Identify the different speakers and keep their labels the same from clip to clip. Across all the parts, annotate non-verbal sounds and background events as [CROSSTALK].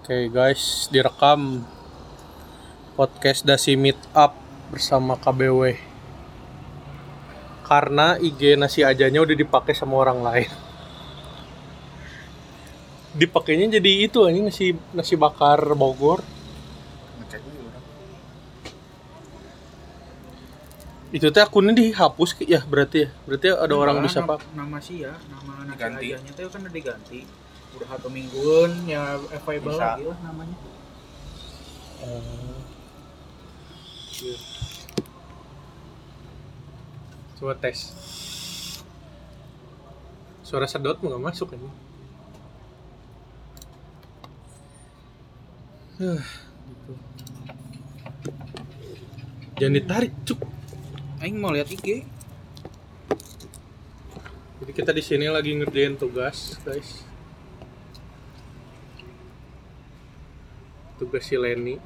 Speaker 1: Oke guys, direkam podcast Dasi Meet Up bersama KBW. Karena IG nasi ajanya udah dipakai sama orang lain. Dipakainya jadi itu anjing nasi nasi bakar Bogor. Itu teh akunnya dihapus ke- ya berarti ya. Berarti ada orang
Speaker 2: Nah,
Speaker 1: bisa
Speaker 2: nama,
Speaker 1: pak.
Speaker 2: nama sih ya nama nasi
Speaker 3: Diganti.
Speaker 2: ajanya itu kan udah diganti udah satu mingguan ya available
Speaker 3: Bisa.
Speaker 2: lagi lah namanya
Speaker 1: Coba tes. Suara sedot mau nggak masuk ini. Huh, gitu. Jangan ditarik, cuk.
Speaker 2: Aing mau lihat IG
Speaker 1: Jadi kita di sini lagi ngerjain tugas, guys. Tugas si Leni.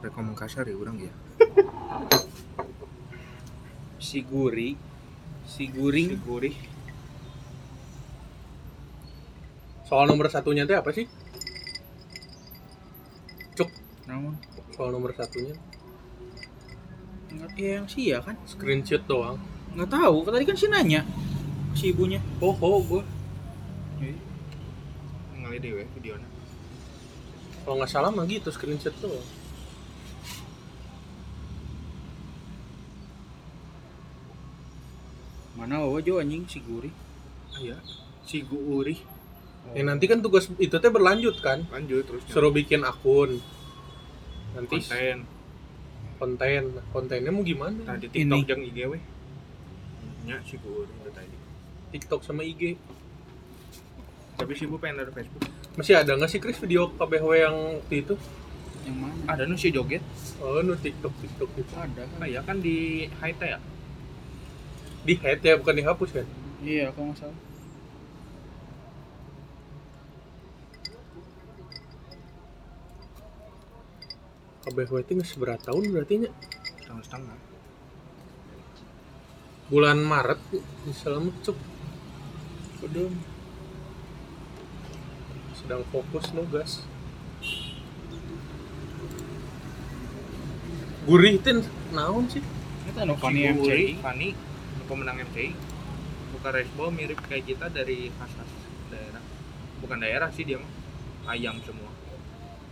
Speaker 3: Rek ngomong kasar ya orang ya.
Speaker 2: si guri si guring si gurih
Speaker 1: Soal nomor satunya teh apa sih? Cuk,
Speaker 2: namun
Speaker 1: soal nomor satunya
Speaker 2: nggak ya yang si ya kan
Speaker 1: screenshot doang.
Speaker 2: nggak tahu tadi kan si nanya si ibunya Iya.
Speaker 1: Oh, oh gue.
Speaker 3: Ningali dewe videonya.
Speaker 1: Kalau nggak salah mah gitu screenshot doang.
Speaker 2: mana wawa jo anjing si guri Oh.
Speaker 3: Iya. Si Guuri.
Speaker 1: Ya nanti kan tugas itu teh berlanjut kan.
Speaker 3: Lanjut terus
Speaker 1: Suruh bikin akun. Nanti konten,
Speaker 3: konten.
Speaker 1: konten. kontennya mau gimana?
Speaker 3: Tadi TikTok
Speaker 2: Ini.
Speaker 3: jeung IG we. Nya si Guuri itu tadi.
Speaker 1: TikTok sama IG.
Speaker 3: Tapi si Bu pengen ada Facebook.
Speaker 1: Masih ada nggak sih Chris video KBW yang waktu itu?
Speaker 2: yang mana
Speaker 3: Ada nu si joget.
Speaker 1: Oh, no TikTok TikTok itu.
Speaker 2: ada kan?
Speaker 3: Ah ya kan di Haite ya.
Speaker 1: Di hate ya bukan dihapus kan?
Speaker 2: iya kalau nggak salah
Speaker 1: KBW itu nggak seberat tahun berarti nya.
Speaker 3: Setengah setengah.
Speaker 1: bulan Maret misalnya mah, cuk
Speaker 2: kedem
Speaker 1: sedang fokus nugas gurih tin naon sih
Speaker 2: kita no
Speaker 3: Fani
Speaker 2: Fanny
Speaker 3: MCI.
Speaker 2: MCI
Speaker 3: Fani pemenang MCI. Buka Resbo mirip kayak kita dari khas khas daerah. Bukan daerah sih dia mah. Ayam semua.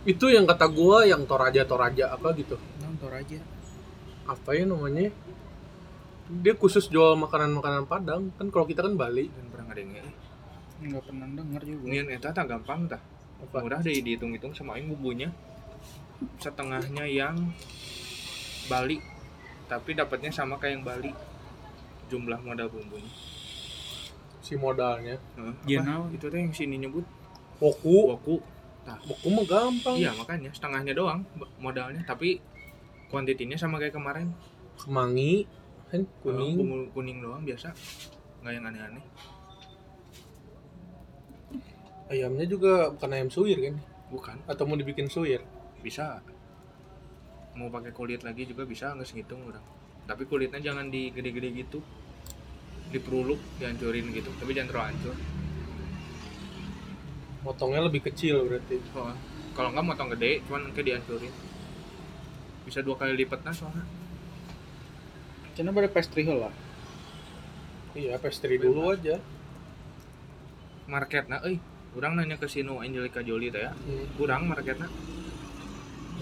Speaker 1: itu yang kata gua yang toraja toraja apa gitu
Speaker 2: nonton aja
Speaker 1: apa ya namanya dia khusus jual makanan makanan Padang kan kalau kita kan Bali
Speaker 3: Dan pernah ngadenge.
Speaker 2: nggak pernah denger juga
Speaker 3: Ngian eta tah gampang tah.
Speaker 1: apa
Speaker 3: murah deh dihitung-hitung sama aing bumbunya setengahnya yang Bali tapi dapatnya sama kayak yang Bali jumlah modal bumbunya
Speaker 1: si modalnya
Speaker 3: Heeh, apa?
Speaker 2: Iya, naon?
Speaker 3: itu tuh yang sini nyebut
Speaker 1: woku
Speaker 3: woku
Speaker 1: woku mah gampang
Speaker 3: iya makanya setengahnya doang b- modalnya tapi kuantitinya sama kayak kemarin
Speaker 1: kemangi kan kuning
Speaker 3: kuning bumbu kuning doang biasa nggak yang aneh-aneh
Speaker 1: ayamnya juga bukan ayam suwir kan
Speaker 3: bukan
Speaker 1: atau mau dibikin suwir
Speaker 3: bisa mau pakai kulit lagi juga bisa nggak segitung orang tapi kulitnya jangan digede-gede gitu diperuluk dihancurin gitu tapi jangan terlalu hancur
Speaker 1: motongnya lebih kecil berarti
Speaker 3: Soalnya, kalau nggak motong gede cuman ke dihancurin bisa dua kali lipatnya soalnya
Speaker 2: Cina pada pastry hall lah
Speaker 1: iya pastry dulu aja
Speaker 3: marketnya eh kurang nanya ke sino Angelica Jolie teh ya
Speaker 1: Hmm.
Speaker 3: kurang marketnya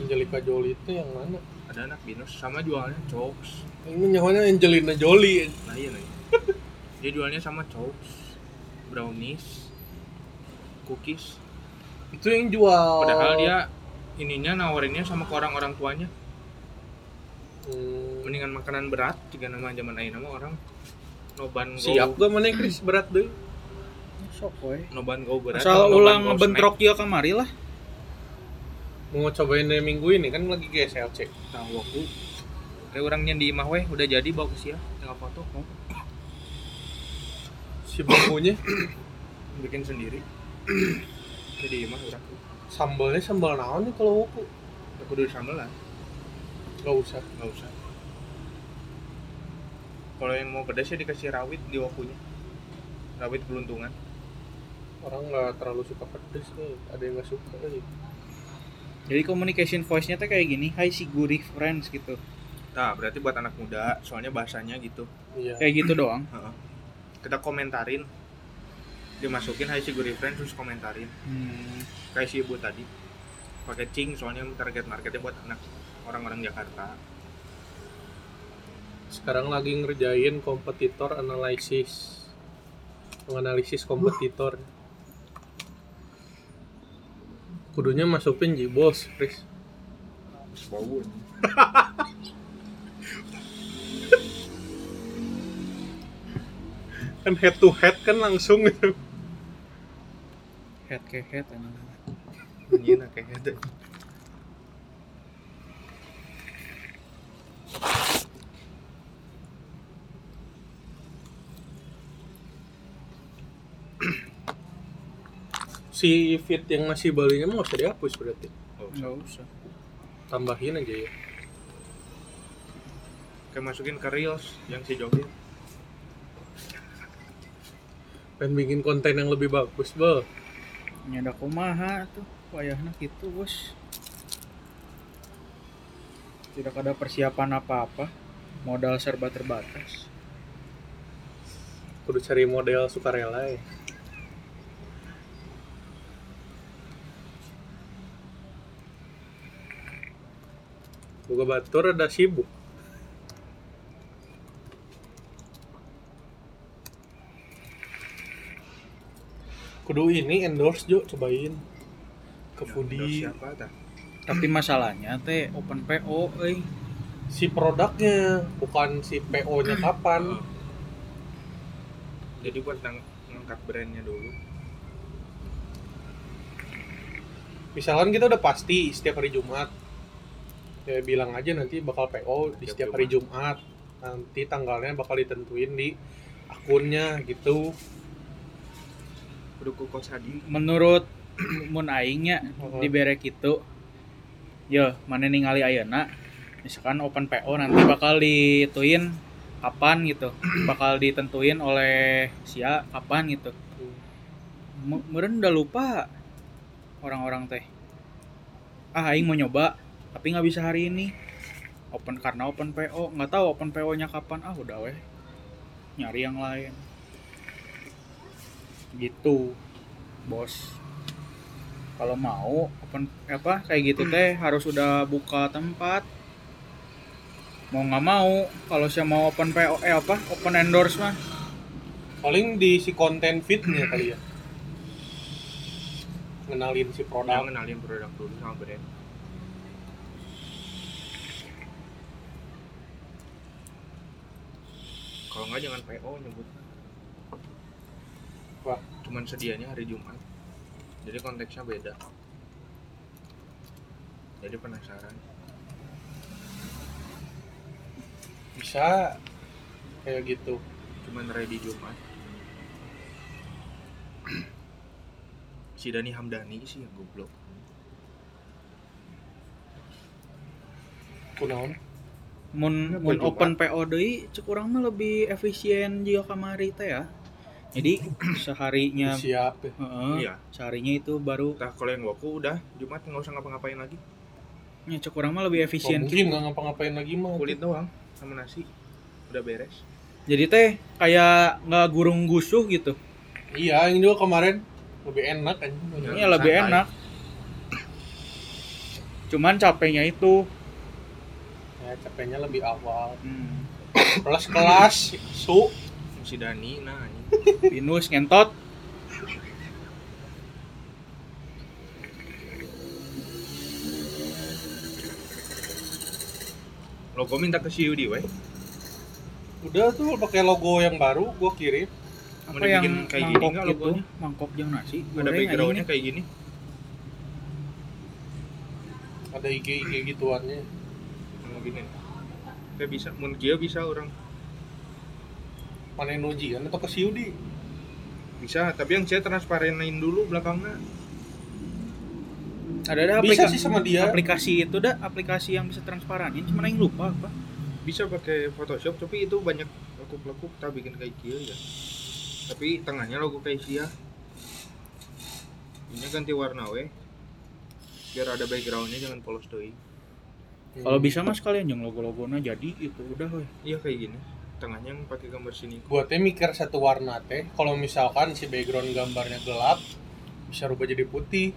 Speaker 1: Angelica Jolie itu yang mana?
Speaker 3: ada anak binus sama jualnya cox
Speaker 1: Ini nyawanya Angelina Jolie.
Speaker 3: nah iya nah, iya. dia jualnya sama cox brownies cookies
Speaker 1: Itu yang jual.
Speaker 2: Oh.
Speaker 3: padahal dia ininya nawarinnya sama ke orang-orang tuanya
Speaker 1: Hmm,
Speaker 3: mendingan makanan berat jika nama zaman ayeuna mah orang noban go
Speaker 1: siap gak mana Chris berat deh.
Speaker 2: sok we
Speaker 3: noban go berat
Speaker 2: asal
Speaker 3: noban
Speaker 2: ulang
Speaker 3: go snack.
Speaker 2: bentrok ya kamari lah
Speaker 1: Mau cobain deh minggu ini kan lagi GSLC.
Speaker 3: Nah, waktu kayak orangnya di imah weh udah jadi bawa ke sia tinggal foto hmm, mau
Speaker 1: Si bumbunya
Speaker 3: bikin sendiri [CLEARS THROAT] kayak di imah orang
Speaker 1: sambalnya sambal naon nih kalau woku?
Speaker 3: aku dulu sambal lah
Speaker 1: Gak usah.
Speaker 3: nggak usah kalau yang mau pedas ya dikasih rawit di wakunya rawit beluntungan
Speaker 1: orang nggak terlalu suka pedes nih ada yang nggak suka nih
Speaker 2: Jadi communication voice-nya tuh kayak gini, "Hai si gurih friends" gitu.
Speaker 3: nah berarti buat anak muda soalnya bahasanya gitu
Speaker 1: iya
Speaker 2: Kayak gitu doang.
Speaker 3: Heeh. kita komentarin dimasukin hai si gurih friends terus komentarin
Speaker 2: Hmm.
Speaker 3: kayak si ibu tadi pakai cing soalnya target marketnya buat anak orang-orang Jakarta
Speaker 1: sekarang lagi ngerjain kompetitor analisis menganalisis kompetitor kudunya masukin jibos Chris
Speaker 3: bau
Speaker 1: kan head to head kan langsung
Speaker 2: Head ke head emang.
Speaker 3: Anjing kayak gitu
Speaker 1: [LAUGHS] si fit yang masih balinya mau usah dihapus berarti
Speaker 2: Enggak usah.
Speaker 1: tambahin aja ya
Speaker 3: kayak masukin ke reels yang si Joget
Speaker 1: pengen bikin konten yang lebih bagus bal
Speaker 2: Ini ada kumaha tuh, wayahna gitu, Bos. Tidak ada persiapan apa-apa. Modal serba terbatas.
Speaker 1: kudu cari model sukarela ya Boga batur ada sibuk Kudu ini endorse Jo, cobain ke
Speaker 3: Ya,
Speaker 1: Fudi
Speaker 3: siapa dah
Speaker 2: Tapi masalahnya teh open PO euy.
Speaker 1: si produknya bukan si PO nya kapan
Speaker 3: jadi buat nang ngangkat brandnya dulu
Speaker 1: misalkan kita udah pasti setiap hari Jumat ya bilang aja nanti bakal PO di
Speaker 3: Setiap
Speaker 1: setiap hari Jumat nanti tanggalnya bakal ditentuin di akunnya gitu
Speaker 3: udah ku kos hadi
Speaker 2: Menurut [CLEARS THROAT] mun aingnya
Speaker 1: Heeh.
Speaker 2: di berek itu yo mana ningali ayeuna misalkan open PO nanti bakal dituin kapan gitu bakal ditentuin oleh sia kapan gitu Mu- meureun udah lupa orang-orang teh ah aing mau nyoba tapi nggak bisa hari ini open karena open PO nggak tahu open PO nya kapan ah udah weh nyari yang lain gitu bos kalau mau open apa kayak gitu teh harus udah buka tempat mau nggak mau kalau saya mau open PO eh apa open endorse mah
Speaker 1: paling di si konten fitnya kali ya ngenalin si
Speaker 3: udah
Speaker 1: produk
Speaker 3: kenalin produk dulu sama brand kalau nggak jangan PO nyebut
Speaker 1: Wah.
Speaker 3: cuman sedianya hari Jumat jadi konteksnya beda jadi penasaran
Speaker 1: bisa kayak gitu
Speaker 3: cuman ready Jumat [CLEARS THROAT] si Dani Hamdani sih yang goblok
Speaker 1: kunaon
Speaker 2: mun
Speaker 3: Kenapa
Speaker 2: mun
Speaker 3: Iya, juga?
Speaker 2: open PO deui cek urang mah lebih efisien jiga kamari teh ya. Jadi [CLEARS THROAT] seharinya
Speaker 1: siap ya.
Speaker 2: heeh,
Speaker 3: iya
Speaker 2: seharinya itu baru
Speaker 3: nah kalau yang waku udah Jumat nggak usah ngapa-ngapain lagi
Speaker 2: ya, cek urang mah lebih
Speaker 1: Nggak
Speaker 2: efisien.
Speaker 1: mungkin nggak ngapa-ngapain lagi mah
Speaker 3: kulit doang sama nasi udah beres
Speaker 2: Jadi teh kayak nggak gurung gusuh gitu.
Speaker 1: iya yang juga kemarin lebih enak kan
Speaker 2: Ini lebih
Speaker 3: Iya, santai.
Speaker 2: enak. Cuman capeknya itu
Speaker 1: ya capeknya lebih awal
Speaker 2: hmm,
Speaker 1: plus kelas su
Speaker 3: si Dani nah ini
Speaker 2: binus ngentot.
Speaker 3: logo minta ke si Yudi weh
Speaker 1: udah tuh pakai logo yang baru gua kirim
Speaker 2: Apa
Speaker 3: Mau dibikin
Speaker 2: yang
Speaker 3: kayak gini
Speaker 2: mangkok
Speaker 3: nggak
Speaker 2: gitu?
Speaker 3: logonya?
Speaker 2: Mangkok yang nasi.
Speaker 3: ada
Speaker 2: goreng,
Speaker 3: backgroundnya
Speaker 2: anjing
Speaker 3: kayak gini
Speaker 1: ada IG IG gituannya
Speaker 3: mau gini kita bisa mun dia bisa orang
Speaker 1: mana yang noji kan atau ke Siudi
Speaker 3: bisa tapi yang saya transparenin dulu belakangnya
Speaker 2: nih. Ada ada
Speaker 1: bisa
Speaker 2: aplikasi
Speaker 1: sih sama dia
Speaker 2: aplikasi itu dah aplikasi yang bisa transparanin cuman yang lupa apa
Speaker 3: bisa pakai Photoshop tapi itu banyak lekup-lekup tak bikin kayak kieu ya tapi tengahnya logo kayak sia ini ganti warna we biar ada backgroundnya jangan polos doi
Speaker 2: Kalau
Speaker 1: Iya.
Speaker 2: bisa mas kalian yang logo-logonya jadi itu udah weh.
Speaker 3: iya kayak gini tengahnya yang pakai gambar sini
Speaker 1: buatnya mikir satu warna teh kalau misalkan si background gambarnya gelap bisa rubah jadi putih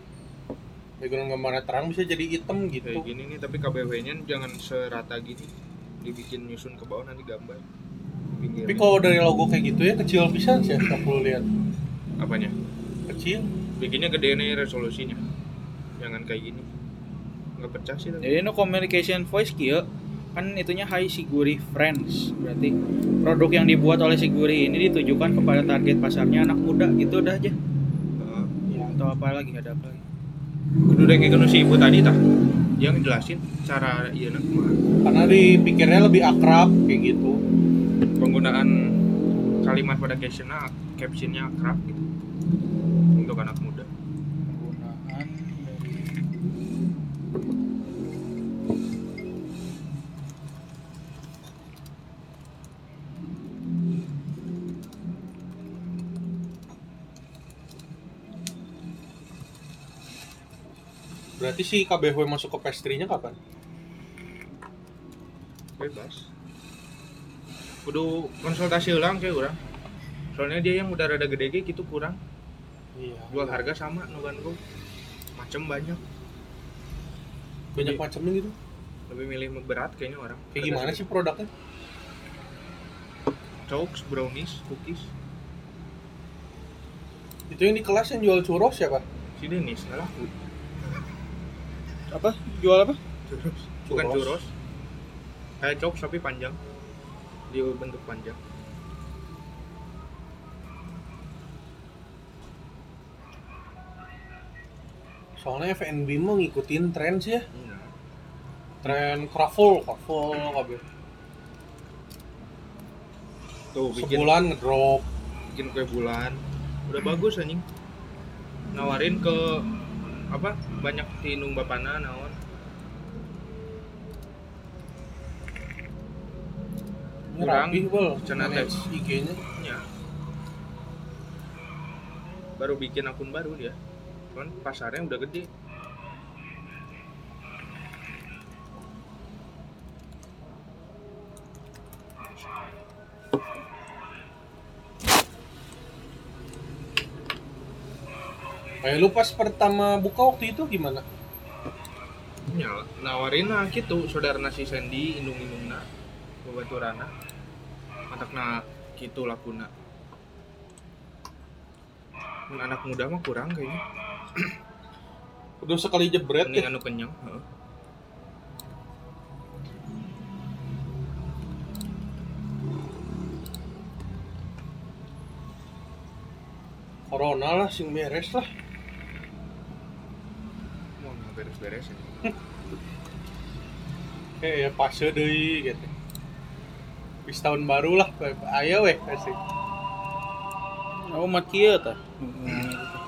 Speaker 1: background gambarnya terang bisa jadi hitam gitu
Speaker 3: kayak gini nih tapi KBW-nya jangan serata gini dibikin nyusun ke bawah nanti gambar pinggir
Speaker 1: tapi kalau dari logo kayak gitu ya kecil pisan sih aku lihat
Speaker 3: apanya
Speaker 1: kecil
Speaker 3: bikinnya gede nih resolusinya jangan kayak gini nggak pecah sih tapi
Speaker 2: Jadi no communication voice kieu kan itunya Hai Siguri Friends berarti produk yang dibuat oleh Siguri ini ditujukan kepada target pasarnya anak muda gitu udah aja
Speaker 3: Heeh.
Speaker 2: atau apa lagi ada apa lagi
Speaker 3: kudu dengki kanu si ibu tadi tah dia ngejelasin cara iya nak
Speaker 1: karena dipikirnya lebih akrab kayak gitu
Speaker 3: penggunaan kalimat pada captionnya captionnya akrab gitu untuk anak muda
Speaker 2: penggunaan dari
Speaker 1: berarti si KBW masuk ke pastry-nya kapan
Speaker 3: bebas kudu konsultasi ulang kayak orang soalnya dia yang udah rada gede ge gitu kurang
Speaker 1: iya
Speaker 3: jual harga sama nugan gua macem banyak
Speaker 1: banyak macamnya gitu
Speaker 3: lebih milih berat kayaknya orang
Speaker 1: kayak gimana sih produknya
Speaker 3: Chokes, brownies, cookies
Speaker 1: itu yang di kelas yang jual churros siapa
Speaker 3: si Denis nggak laku
Speaker 2: apa jual apa
Speaker 3: Churros. bukan
Speaker 1: Churros.
Speaker 3: churros kayak chokes tapi panjang dia bentuk panjang
Speaker 1: soalnya FNB mah ngikutin tren sih ya
Speaker 3: Iya.
Speaker 1: tren kraful kraful KBW
Speaker 3: tuh bikin
Speaker 1: sebulan ngedrop
Speaker 3: bikin kue bulan udah bagus anjing nawarin ke apa banyak tinung bapana naon Kurang.
Speaker 1: Rapi bel,
Speaker 3: Cenah
Speaker 1: manage IG-nya.
Speaker 3: ya baru bikin akun baru dia cuman pasarnya udah gede
Speaker 1: Kayak lu pas pertama buka waktu itu gimana?
Speaker 3: ya nawarin lah gitu saudara nasi Sandy indung indungna babaturana anakna gitu lakuna Mun anak muda mah kurang kayaknya
Speaker 1: Udah sekali jebret
Speaker 3: ini
Speaker 1: ya.
Speaker 3: anu kenyang heeh.
Speaker 1: Corona lah, sing beres lah.
Speaker 3: mau nggak beres-beres ya
Speaker 1: Kayak ya fase deui gitu. Wis tahun baru lah, ayo weh pasti.
Speaker 2: oh mat kieu tah